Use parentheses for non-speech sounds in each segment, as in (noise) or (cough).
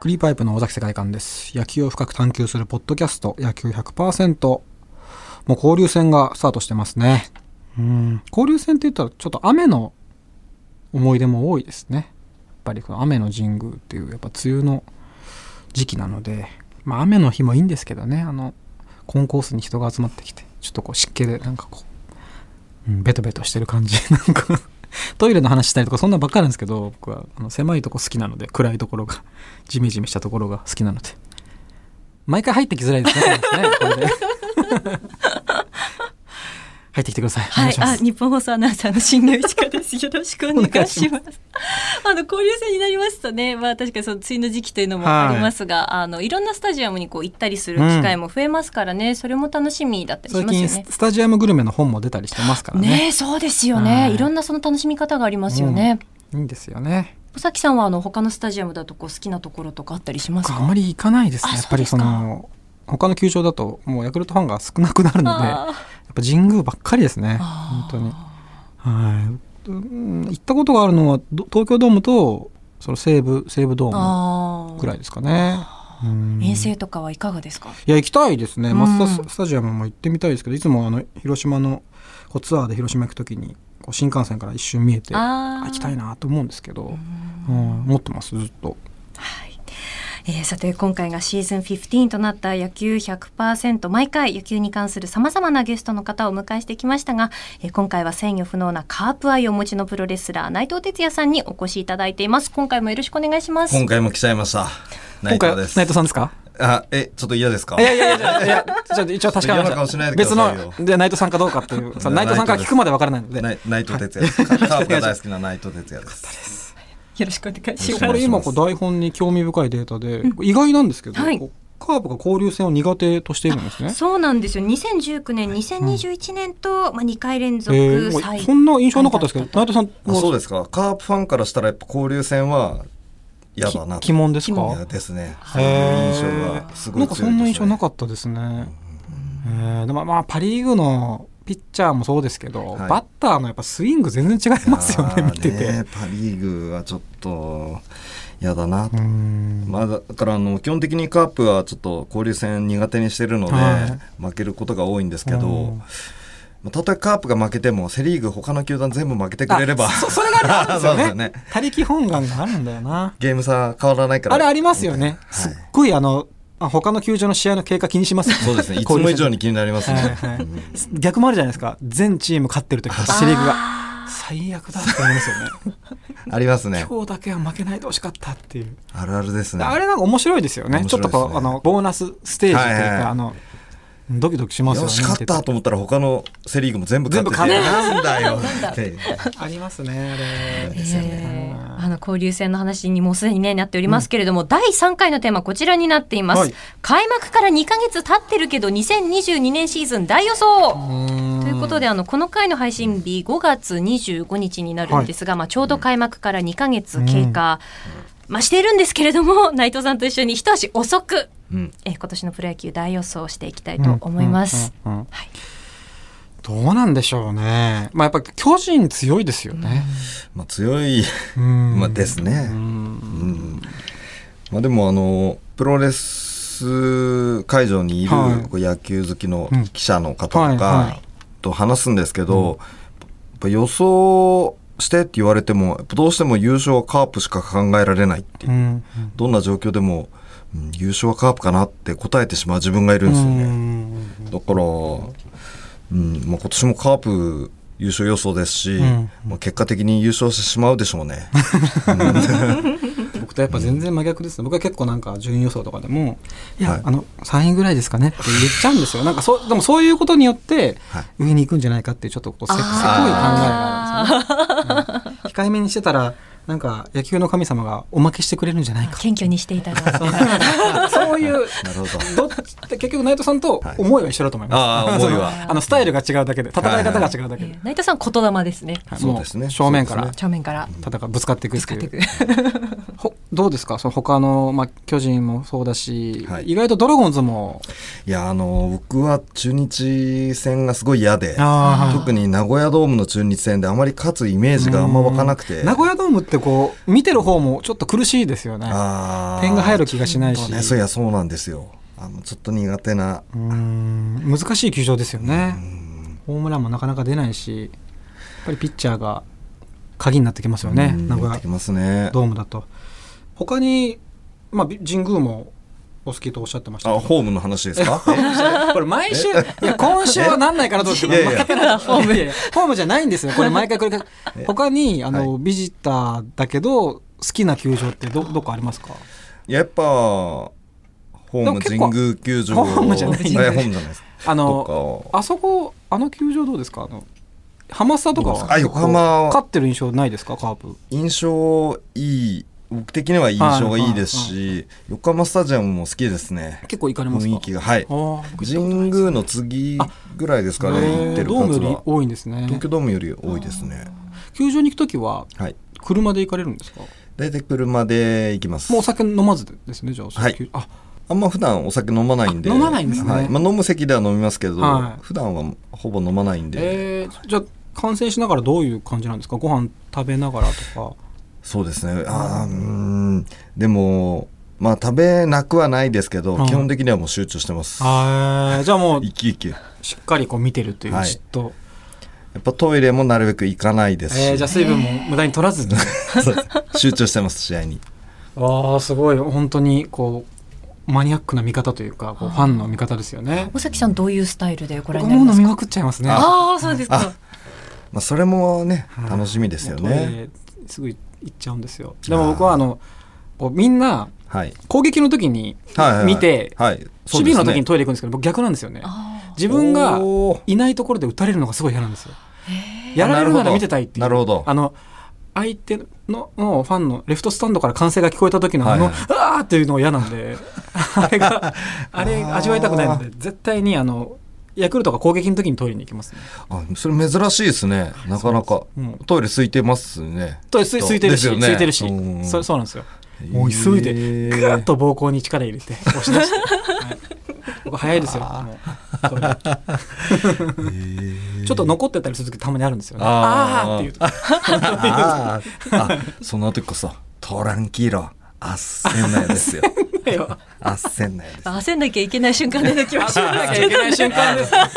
クリーパイプの尾崎世界観です。野球を深く探求するポッドキャスト、野球100%。もう交流戦がスタートしてますね。うん。交流戦って言ったら、ちょっと雨の思い出も多いですね。やっぱりこの雨の神宮っていう、やっぱ梅雨の時期なので、まあ雨の日もいいんですけどね、あの、コンコースに人が集まってきて、ちょっとこう湿気でなんかこう、うん、ベトベトしてる感じ。 (laughs) なんか、トイレの話したりとかそんなんばっかりなんですけど、僕はあの狭いとこ好きなので、暗いところが、ジメジメしたところが好きなので。毎回入ってきづらいです (laughs) ね、これねこれで入ってきてください。お願はいいし、まあ、す。日本放送アナウンサーの新宮一華です。よろしくお願い (laughs) します。あの交流戦になりますとね、まあ確かにその梅雨の時期というのもはいありますが、い、あのいろんなスタジアムにこう行ったりする機会も増えますからね、それも楽しみだったりし最ますよ近ね。ススタジアムグルメの本も出たりしてますからねねえそうですよはね。いいろんなその楽しみ方がありますよね。いいんですよね尾崎さんはあの他のスタジアムだとこう好きなところとかあったりします僕か。あんまり行かないですねあやっぱりその他の球場だともうヤクルトファンが少なくなるのでやっあぱ神宮ばっかりですねー本当にあはいうん行ったことがあるのはど東京ドームとその西武西武ドーームくらいですかねうん遠征とかはいかがですか。いや行きたいですねうんマツダスタジアムも行ってみたいですけどいつもあの広島のこうツアーで広島行くときにこう新幹線から一瞬見えてああー行きたいなと思うんですけど、う、うんん持ってますずっとはいえーさて今回がシーズン15となった野球100%毎回野球に関するさまざまなゲストの方をお迎えしてきましたが、えー今回は制御不能なカープ愛をお持ちのプロレスラー内藤哲也さんにお越しいただいています今回もよろしくお願いします今回も来ちゃいました。今内回は藤で内す。藤さんですかあ、え、ちょっと嫌ですかいやいやいやいや、ちょっと一応確かめ嫌なま顔ししたない。でく別ださいよの、で、内藤さんかどうかっていう、さ内藤さんから聞くまでわからないので。内内藤哲也で (laughs) す。カープが大好きな内藤哲也です。よろしくお願いしますこれ今こう台本に興味深いデータで、意外なんですけど、はいこうカープが交流戦を苦手としているんですね。そうなんですよ2019年2021年と、まあ、2回連え続ー、も最うそんな印象なかったですけど、内藤さんあもそうですか。カープファンからしたらやっぱ交流戦は嫌だなと。鬼門です鬼いやかですね。そういへう印ー象がすないご強いです、ね。んかそんな印象なかったですね。えーでもまあパ・リーグのピッチャーもそうですけど、はいバッターのやっぱスイング全然違いますよあね、見ーてて。ねパ・リーグはちょっと嫌だなとう。んまあ、だからあの基本的にカープはちょっと交流戦苦手にしてるので、は負けることが多いんですけうんど、まあたとえカープが負けてもセ・リーグ他の球団全部負けてくれればあそそ (laughs) れがあるんですよ (laughs) そうですよねね他力本願があるんだよなゲーム差変わらないからあれありますよね、はいすっごいあのあ他の球場の試合の経過気にしますよねそうですねいつも以上に気になりますはいね、はいうん逆もあるじゃないですか全チーム勝ってる時とかセ・リーグがあ最悪だって思いますよねあります (laughs) ね今日だけは負けないでほしかったっていう、あるあるですねあれなんか面白いですよね面ちょ白っいとですねこうあのボーナスステージというか、はいはいはいあのドキドキしますよよねし勝ったと思ったら他のセ・リーグも全部勝ってて全部なんだ (laughs) よなんだって見ててありますねあれですよねえーはいあの交流戦の話にもうすでに、ね、なっておりますけれども、第3回のテーマこちらになっています、はい開幕から2ヶ月経ってるけど2022年シーズン大予想ということであのこの回の配信日5月25日になるんですが、まあ、ちょうど開幕から2ヶ月経過、まあ、しているんですけれども内藤さんと一緒に一足遅く、 (laughs) うんえー今年のプロ野球大予想をしていきたいと思います。うんうんうんうんはいどうなんでしょうね。まあやっぱ巨人強いですよね。まあ強いうんまあですねうんうんまあ、でもあのプロレス会場にいるはいこう野球好きのうん記者の方はいとはかと話すんですけど、やっぱ予想してって言われてもやっぱどうしても優勝はカープしか考えられないっていううんどんな状況でも、うん優勝はカープかなって答えてしまう自分がいるんうですよね。んだから、うんまあ、今年もカープ優勝予想ですし、うんまあ、結果的に優勝してしまうでしょ (laughs) うね。僕とやっぱ全然真逆ですね。僕は結構なんか順位予想とかでも、いはやい、あの、3位ぐらいですかねって言っちゃうんですよ。なんかそう、でもそういうことによってはい、上に行くんじゃないかっていうちょっとこう、せせこい考えがあるんですよね。うん控えめにしてたら、なんか野球の神様がおまけしてくれるんじゃない (laughs) か。謙虚にしていただいてそういうなるほどどっち (laughs) 結局内藤さんと思いは一緒だと思います。はいあー思い (laughs) はそのあのスタイルが違うだけで戦い方が違うだけで。内藤さん言霊ですねはいそうですねも正面からそうで正面から戦うぶつかっていくっていう。使っていくほどうですかその他の、まあ、巨人もそうだし、はい意外とドラゴンズも、いや、あの、僕は中日戦がすごい嫌で、あー特に名古屋ドームの中日戦であまり勝つイメージがあんま湧かなくて。名古屋ドームってこう見てる方もちょっと苦しいですよねあー点が入る気がしないし、ね、そういや、そうなんですよ。あの、ちょっと苦手な。うーん難しい球場ですよねホームランもなかなか出ないしやっぱりピッチャーが鍵になってきますよねうん名古やっ屋てきますね。 (laughs) ドームだと他に、まあ、び神宮もお好きとおっしゃってましたあ、けどホームの話ですか (laughs) これ毎週いや今週はなんないかなと思ってえいやいや負けてない (laughs) ホームホームじゃないんですよこれ毎回これ他にあの、ビジターだけど好きな球場ってどどこありますか (laughs) やっぱ、ホームで神も結構宮球場。ホームじゃないあホームじゃないです。あのとかあそこ、あの球場どうですかあの、ハマスタとかどうですはかあ横浜は勝ってる印象ないですかカープ。印象いい、僕的には印象がいいですし、横浜スタジアムも好きですね。結構行かれますか雰囲気が。はい。ああ、神宮の次ぐらいですかね、行ってるドーム数よりは。多いんですね。東京ドームより多いですね。球場に行くときは、はい。車で行かれるんですかも大体車で行きます。うお酒飲まずですね、じゃあ。はいそううあ、あんま普段お酒飲まないんで。あ飲まないんですねはいまあ飲む席では飲みますけど、はい普段はほぼ飲まないんで。えーじゃあ、観戦しながらどういう感じなんですかご飯食べながらとか。そうですね。あーうーん。でも、まあ食べなくはないですけど、うん基本的にはもう集中してます。あーじゃあもう生、き生き。やしっかりこう見てるという、はいじっと。っぱトイレもなるべく行かないですし、えーじゃあ水分も無駄に取らずに。そうです集中してます、試合に。 (laughs) ああすごい本当にこうマニアックな見方というかこうあーファンの見方ですよね (laughs) 尾崎さんどういうスタイルでご覧僕になも飲りますみか。まくっちゃいますねああそうですかあ。まあそれもねは、い楽しみですよもうトね。イレすぐ行っちゃうんですよでも僕はあのこうみんなはい。攻撃の時にはいはいはい見て、はい。そう守備ですねの時にトイレ行くんですけど僕逆なんですよねあ自分がおーいないところで打たれるのがすごい嫌なんですよやられるなら見てたいっていうなるほどあの相手ののファンのレフトスタンドから歓声が聞こえた時のあの、はいあーっていうのが嫌なん (laughs) であれがあれ味わいたくないので絶対にあのヤクルトが攻撃の時にトイレに行きますねあ、それ珍しいですね。なかなか。うんトイレ空いてますね。とす空いてるし、ですよね空いてるしうんそそうなんですよへーもう急いでぐーっと膀胱に力入れて押し出 (laughs) して、はい、僕早いですよもうトイレちょっと残ってたりする時たまにあるんですよねああーっーていう (laughs) 時あーあ、その時こそ、トランキーロ、あっせんないで (laughs) すよ。だよあっせんないです。あ焦んなきゃいけない瞬間出てきまし焦らたなきゃいけない瞬間です。 (laughs) まあ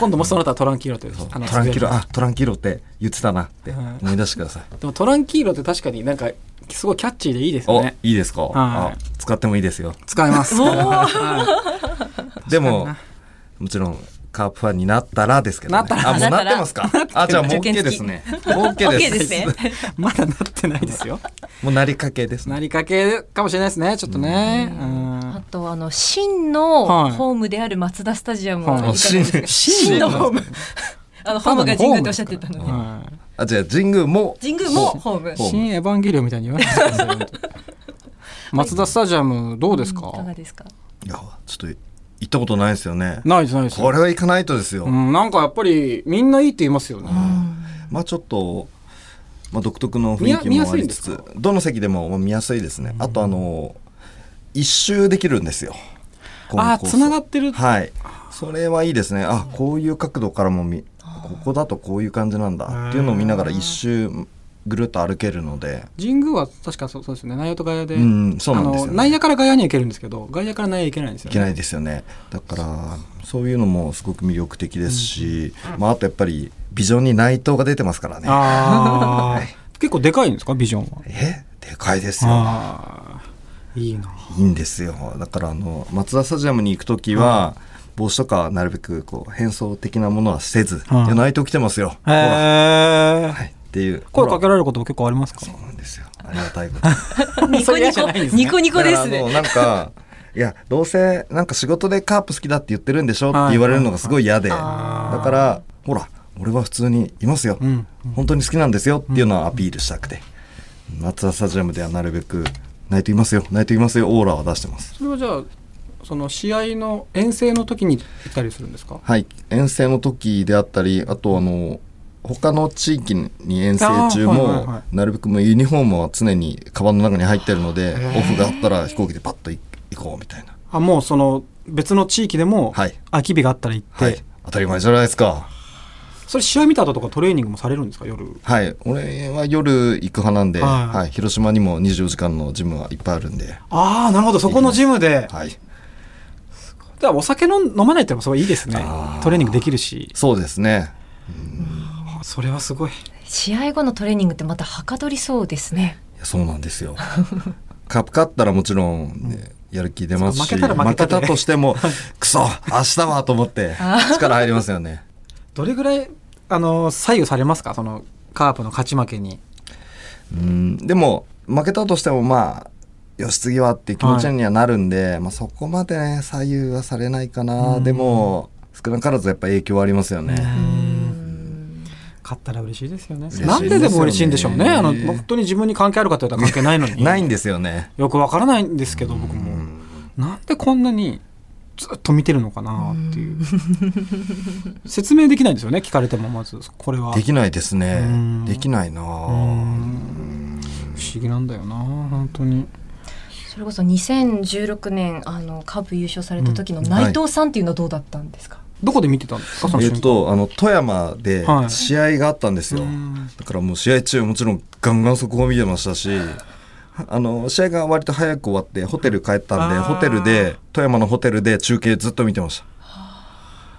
今度もその他トランキーロってそうあのトランキーロ、であ、トランキーロって言ってたなって思い出してください。もトランキーロって確かになんかすごいキャッチーでいいですお、ね。いいですかはあい使ってもいいですよ。使えます。はいでも、もちろん、カープファンになったらですけどね。なったらあ、もうなってますかあ、じゃあもう受験 OK 付できすね。(laughs) OK ケーで。ですすね。まだなってないですよ。もうなりかけですねなりかけかもしれないですね。ちょっとね。あとあの真のはいホームであるマツダスタジアムはいかがはいですか。真真ののホーム。 (laughs) あのホームが神宮とおっしゃってたうのんで、はいあ、じゃあ神宮も。神宮もホーム。ホーム新エヴァンゲリオンみたいに言わないでくださいよ。マツダスタジアムどうですかいかがですか。いや、ちょっと行ったことないですよね。ないですないです。これは行かないとですよ。うんなんかやっぱりみんないいって言いますよね。まあちょっと、まあ、独特の雰囲気見やもありつ見やつすいんでどの席でもまあ見やすいですね、あとあの一周できるんですよあー、繋がってる。はいそれはいいですねあこういう角度からも見ここだとこういう感じなんだっていうのを見ながら一周ぐるっと歩けるので神宮は確かそうそうですよね内野と外野で、うんそうなんですよねあの内野から外野には行けるんですけど外野から内野行けないんですいよねけないですよねだからそういうのもすごく魅力的ですし、まあ、あとやっぱりビジョンに内藤が出てますからねああ、 (laughs) 結構でかいんですかビジョンはえでかいですよああいいないいんですよだからあの松田スタジアムに行く時は、帽子とかなるべくこう変装的なものはせず、うんいやナイト着てますよ、ほらへえはい、っていう声かけらられることも結構ありますかそうなんですよありがたいことニ (laughs) そコれ嫌ニじゃコないんですねニコニコですだからあのね。なんかいやどうせなんか仕事でカープ好きだって言ってるんでしょって言われるのがすごい嫌で、はいあだからほら俺は普通にいますよ、うん本当に好きなんですよっていうのはアピールしたくて、松田スタジアムではなるべくナイトいますよナイトいますよオーラは出してますそれはじゃあその試合の遠征の時に行ったりするんですかはい、遠征の時であったり、あとあの、他の地域に遠征あー中はいはいはもなるべくもうユニフォームは常にカバンの中に入ってるのでーオフがあったら飛行機でパッと行こうみたいなあもうその別の地域でもはい空き日があったら行って、はい当たり前じゃないですかそれ試合見た後とかトレーニングもされるんですか夜はい俺は夜行く派なんで、はいはい、広島にも24時間のジムはいっぱいあるんでああなるほどそこのジムで、はいじゃあお酒の飲まないってのもすごいいいですねあートレーニングできるしそうですねあそれはすごい試合後のトレーニングってまたはかどりそうですね。いやそうなんで (laughs) すよカップ勝ったらもちろん、ねやる気出ますしそう負けたら負けたでとして (laughs) もクソ明日はと思って力入りますよねどれぐらいあの左右されますかそのカープの勝ち負けにうんでも負けたとしてもまあよし次はっていう気持ちにはなるんで、まあ、そこまで、ね、左右はされないかな、うんでも少なからずやっぱ影響はありますようね、ん勝ったら嬉しいですよね嬉しいですよねなんででも嬉しいんでしょうねあの本当に自分に関係あるかというと関係ないのにないんですよねよくわからないんですけど僕も、うんなんでこんなにずっと見てるのかなっていう (laughs) (laughs) 説明できないんですよね聞かれてもまずこれはできないですねうんできないなうぁん不思議なんだよな本当にそれこそ2016年あのカープ優勝された時のんはい内藤さんっていうのはどうだったんですか。どこで見てたんですかそのえ瞬っ間とあの富山ではい試合があったんですよ、うんだからもう試合中もちろんガンガン速報見てましたし、あの、試合が割と早く終わってホテル帰ったんで、あーホテルで、富山のホテルで中継ずっと見てまし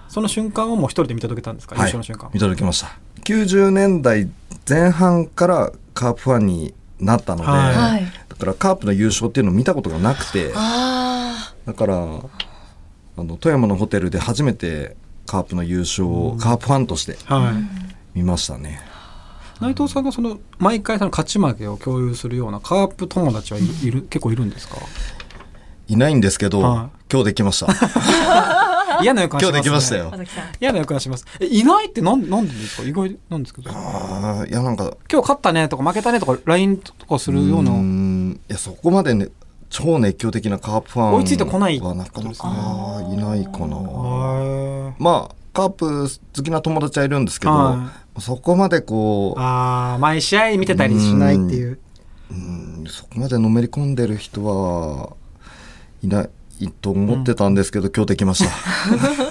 その瞬間をもう一人で見届けたんですか優た。はい。勝の瞬間、見届けました。90年代前半からカープファンになったので、はいはいだからカープの優勝っていうのを見たことがなくて、あだから、あの、富山のホテルで初めてカープの優勝をカープファンとしてはい見ましたね。内藤さんがその毎回その勝ち負けを共有するようなカープ友達はいいる結構いるん (laughs) ですかいないんですけど、は今日でき (laughs) ました。嫌な予感し今ます、ね、日できましたよあ。。崎さん。嫌な予感しますえいないってなんなんでですか意外なんですけど今ああ、いやなんか、日勝ったねとか負けたねとか LINE とかするようなんいやそこまでね超熱狂的なカープファン追いついてこないはなかなかあーいないかなあまあカープ好きな友達はいるんですけどはそこまでこあー毎試合見てたりしないっていうううんそこまでのめり込んでる人はいないと思ってたんですけど、今日できまし た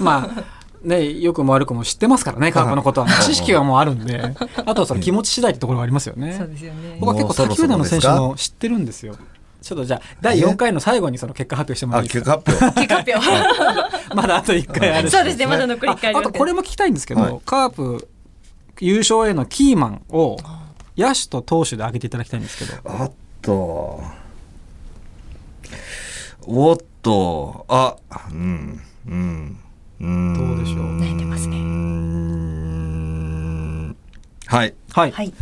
(laughs) まあね良くも悪くも知ってますからねカープのことははい知識はもうあるんであとはその気持ち次第ってところがありますよそうねですよね。僕は結構もうそろ他球そろ団の選手ですかの知ってるんですよちょっとじゃあ第4回の最後にその結果発表してもらあっていいです結か果発表結果発表。まだあと1回あるしそうですね。まだ残りあ一回あとこれもも聞きたいんですけど、はいカープ優勝へのキーマンを野手と投手で挙げていただきたいんですけどあとおっとあうんうんうんどうでしょう泣いてますねうーんはいはい、はい。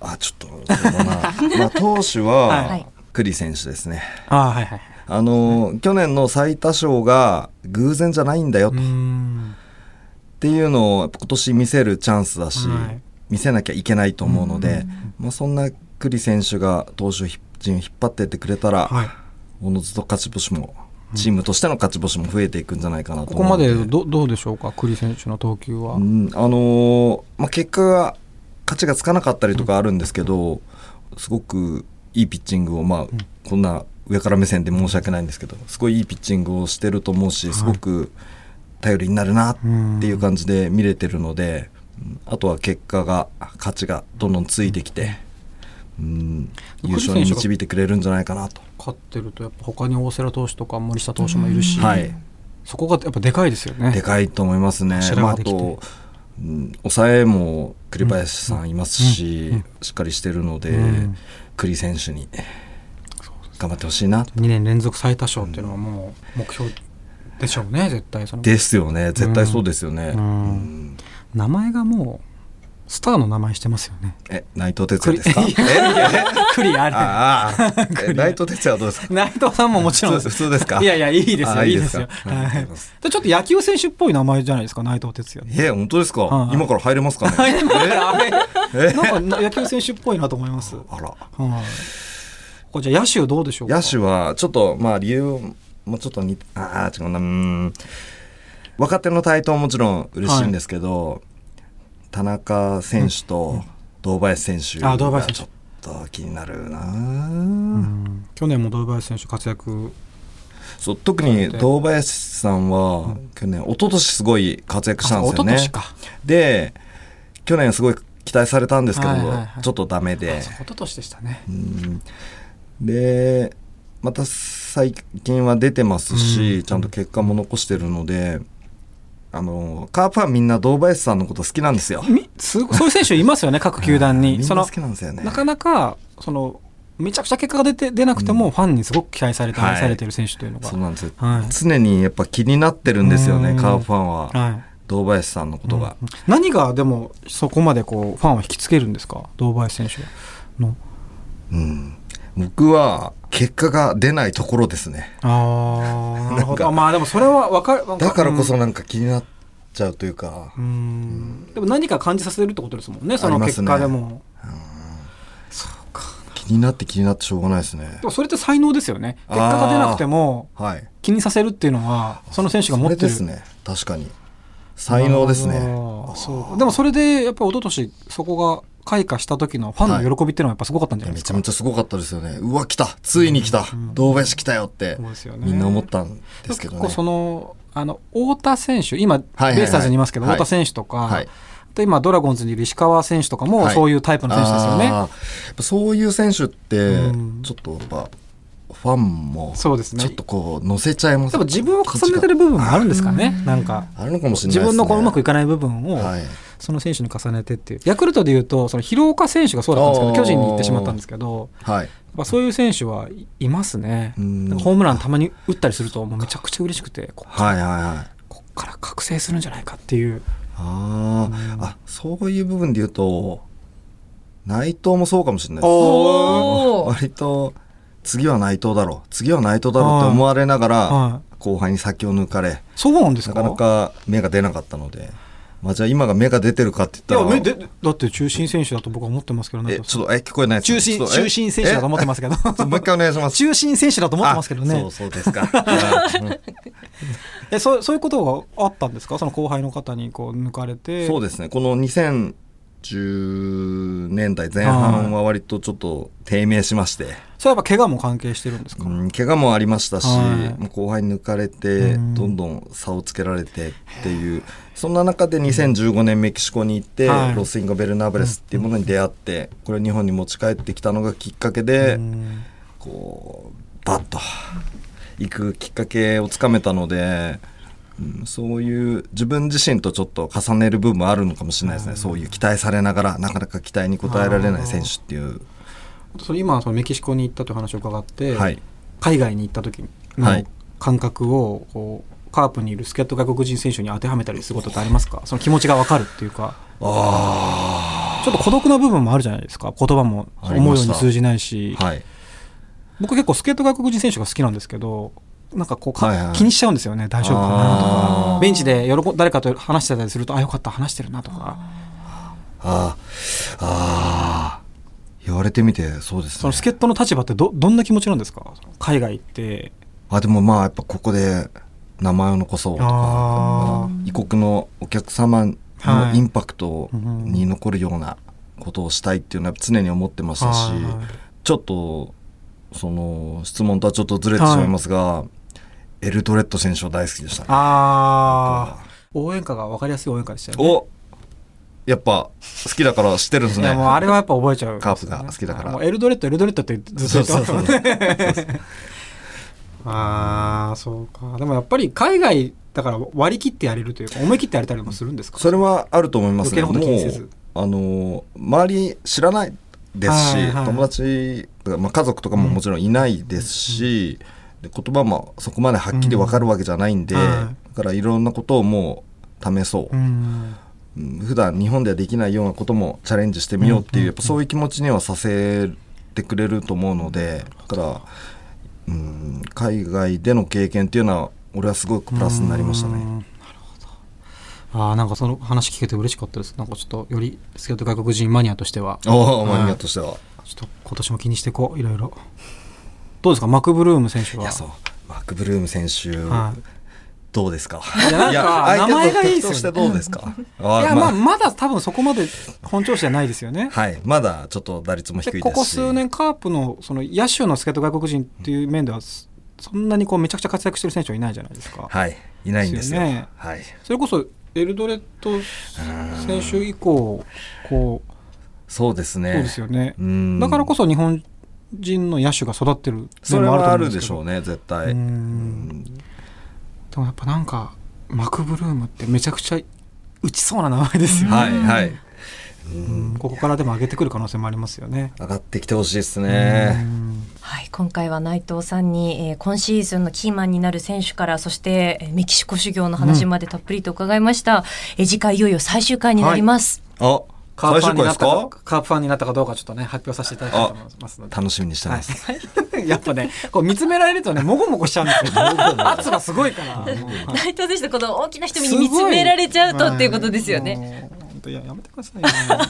あちょっとそうだ (laughs) なまあ投手はいははい栗選手ですねあーはいはいあのー去年の最多勝が偶然じゃないんだようーんっていうのをやっぱ今年見せるチャンスだし、はい見せなきゃいけないと思うのうんで、まあ、そんな栗選手が投手陣を引っ張ってってくれたら、はいおのずと勝ち星もチームとしての勝ち星も増えていくんじゃないかなとこ思こうまのでどどうでしょうか栗選手の投球は、うん、あのーまあ、結果が勝ちがつかなかったりとかあるんですけど、すごくいいピッチングを、まあこんな上から目線で申し訳ないんですけどすごいいいピッチングをしてると思うしすごく頼りになるなっていう感じで見れてるので、うんあとは結果が勝ちがどんどんついてきて、うん、優勝に導いてくれるんじゃないかなと。勝ってるとやっぱ他に大瀬良投手とか森下投手もいるし、はいそこがやっぱでかいですよねでかいと思いますね。柱まがあ、あできてと、うん、抑えも栗林さんいますし、うんうんしっかりしてるので、うん栗選手に頑張ってほしいな。 2年連続最多勝っていうのはもう目標でしょうね絶対そのですよね。絶対そうですよね。うんうん名前がもうスターの名前してますよね (laughs) え、内藤哲也ですか？栗え、いやえ (laughs) 栗あれあああ、え内藤哲也はどうですか？内藤さんももちろん普通普通ですかいやいやいいですよあいいですよかありがとうござはいいますでちょっと野球選手っぽい名前じゃないですか内藤哲也え、本当ですかは？い今から入れますかね？あれえなんか野球選手っぽいなと思いますはいあら。これじゃあ野手どうでしょうか野手はちょっとまあ理由もちょっとにああ違うなうーん若手の台頭ももちろん嬉しいんですけど、田中選手と堂林選手あ堂林ちょ選っと気になるな、うん去年も堂林選手活躍そう特に堂林さんは去年一昨年すごい活躍したんあで一すよ昨ね年かで去年すごい期待されたんですけど、はいはいはいちょっとダメであそう一昨年でしたねうんでまた最近は出てますし、ちゃんと結果も残してるのであのカープはみんな堂林さんのこと好きなんですよ。みすごそういう選手いますよね各球団にみんそなの好きなんですよね。なかなかそのめちゃくちゃ結果が出て出なくても、ファンにすごく期待されてはい愛されてる選手というのが、そうなんですよ、はい常にやっぱ気になってるんですようねんカープファンは、はい堂林さんのことが、うん何がでもそこまでこうファンを引きつけるんですか堂林選手のうん僕は結果が出ないところですねああなるほなんかどまあでもそれは分かるだからこそうんなんか気になっちゃうというか、うーんでも何か感じさせるってことですもんねそのありま結すね果でも、気になって気になってしょうがないですねでもそれって才能ですよね結果が出なくてもはい気にさせるっていうのはその選手が持ってるそれですね確かに才能ですねなるほどそうでもそれでやっぱり一昨年そこが開花した時のファンの喜びっていうのはやっぱすごかったんじゃないめですちか、ゃめちゃすごかったですよねうわ来たついに来た、堂林来たよってそうですよねみんな思ったんですけ結ど構ねそのあの太田選手今、はいはいベイスターズにいますけど、はい太田選手とか、はいあと今ドラゴンズにいる石川選手とかもはいそういうタイプの選手ですよね、あーやっぱそういう選手ってうん、ちょっとやっぱ、ファンも、そうですねちょっとこう、乗せちゃいます。多分自分を重ねてる部分もあるんですかね、なんかあるのかもしれない自ですね。分のこううまくいかない部分をはいその選手に重ねてっていう、ヤクルトでいうとその広岡選手がそうだったんですけどあー巨人に行ってしまったんですけどはい。やっぱそういう選手はいいますねうんなんかホームランたまに打ったりするともうめちゃくちゃ嬉しくてこはいはいはい。こっから覚醒するんじゃないかっていうあーあ、そういう部分で言うと、内藤もそうかもしれないです。おー割と、次は内藤だろう。次は内藤だろうって思われながはら、後輩に先を抜かれ、そうなんですなかかなか目が出なかったので、まあじゃあ今が目が出てるかってい言やっためら、でだって中心選手だと僕は思ってますけどねえ、ちょっと、え、聞こえないです中心ちょっとえ中心選手だと思ってますけどえ (laughs) ちょっともう一回お願いしま (laughs) す。中心選手だと思ってますけどあねそうそうです (laughs) か。はいえそうそういうことがあったんですかその後輩の方にこう抜かれてそうですね。この2010年代前半は割とちょっと低迷しまして、それはやっぱ怪我も関係してるんですか、うん怪我もありましたし、はいもう後輩に抜かれて、うんどんどん差をつけられてっていう、そんな中で2015年メキシコに行って、はいロスインゴ・ベルナブレスっていうものに出会って、これを日本に持ち帰ってきたのがきっかけで、うんこうバッと行くきっかけをつかめたので、うん、そういう自分自身とちょっと重ねる部分もあるのかもしれないですね、そういう期待されながらなかなか期待に応えられない選手っていう、それ今そのメキシコに行ったという話を伺って、はい、海外に行った時はのい感覚をこうカープにいる助っ人外国人選手に当てはめたりすることってありますかその気持ちがわかるっていうかあちょっと孤独な部分もあるじゃないですか言葉もあり思うよまうしたに通じないし、あはい僕結構スケート外国人選手が好きなんですけどなんかこうか、はいはい気にしちゃうんですよね大丈夫かなとあかーベンチで喜ん誰かと話してたりするとあよかった話してるなとかあーあー言われてみてそうですそのね助っ人の立場ってどどんな気持ちなんですか海外行ってあでもまあやっぱここで名前を残そうとかあ異国のお客様のはいインパクトうんに残るようなことをしたいっていうのは常に思ってましたし、ちょっとその質問とはちょっとずれてしまいますが、エルトレット選手は大好きでしたね。あー応援歌が分かりやすい応援歌でしたよねおやっぱ好きだから知ってるんですいね。やもうあれはやっぱ覚えちゃう、カープが好きだからもうエルドレッドエルドレッドってずそっうと言そってうそうますもんねああそうかでもやっぱり海外だから割り切ってやれるというか思い切ってやれたりもするんですかそれはあると思いますね。も余計なこと気にせずうあの周り知らないですし、はいはい友達とか、まあ、家族とかももちろんいないですし、で言葉もそこまではっきりわかるわけじゃないんで、うんだからいろんなことをもう試そう。うんうん普段日本ではできないようなこともチャレンジしてみようっていう、やっぱそういう気持ちにはさせてくれると思うので、だから、うん、海外での経験っていうのは俺はすごくプラスになりましたうーんね。なるほどああなんかその話聞けて嬉しかったですなんかちょっとよりスケート外国人マニアとしてはちょおおマニアとしては。っと今年も気にしていこういろいろどうですかマクブルーム選手いはやそうマック・ブルーム選手、はどうですかいやなんか相手名前がいいですよねとしてどうですか、あいーや、ままああ、まだ多分そこまで本調子じゃないですよね。はい、まだちょっと打率も低いですでしここ数年カープのその野手の助っ人外国人っていう面ではそんなにこうめちゃくちゃ活躍してる選手はいないじゃないですか、はいいないんですよですよねはいそれこそエルドレット選手以降こうそうですねそうですよね、うんだからこそ日本人の野手が育ってるそれはあるでしうょうね絶対ううんんでもやっぱなんかマクブルームってめちゃくちゃ打ちそうな名前ですよね、はいはいうんここからでも上げてくる可能性もありますよね上がってきてほしいですねうんはい、今回は内藤さんに、えー今シーズンのキーマンになる選手からそして、えーメキシコ修行の話までたっぷりと伺いました、えー次回いよいよ最終回になります、あカー最プファ終ンに回なでっすたかかカープファンになったかどうかちょっとね発表させていただきたいと思いますので。 (laughs) 楽しみにしてます、はいやっぱねこう見つめられるとねもごもごしちゃうんですよ圧がすごいからもうはい内藤選手のこの大きな瞳に見つめられちゃうとっていうことですよすごねいもう本当いややめてくださいよ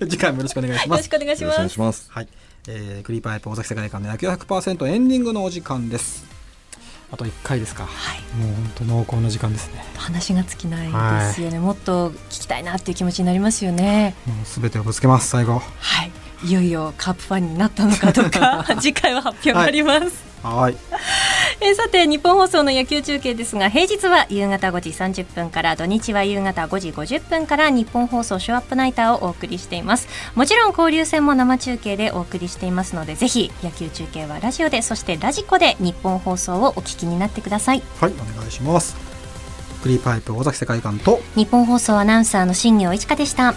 (laughs) 次回もよろしくお願いしよまろすしくお願いしよろしくお願まいすしますはい、えー、クリーパーエポ尾崎世界観の野球100%エンディングのお時間ですあと1回ですかはいもう本当濃厚な時間ですね話が尽きないですよね、もっと聞きたいなっていう気持ちになりますよねもう全てをぶつけます最後はいいよいよカープファンになったのかど (laughs) うか次回は発表になります、はいえーさて日本放送の野球中継ですが平日は夕方5時30分から土日は夕方5時50分から日本放送ショーアップナイターをお送りしていますもちろん交流戦も生中継でお送りしていますのでぜひ野球中継はラジオでそしてラジコで日本放送をお聞きになってくださいはいお願いしますクリーパーエポ尾崎世界観と日本放送アナウンサーの新業一華でした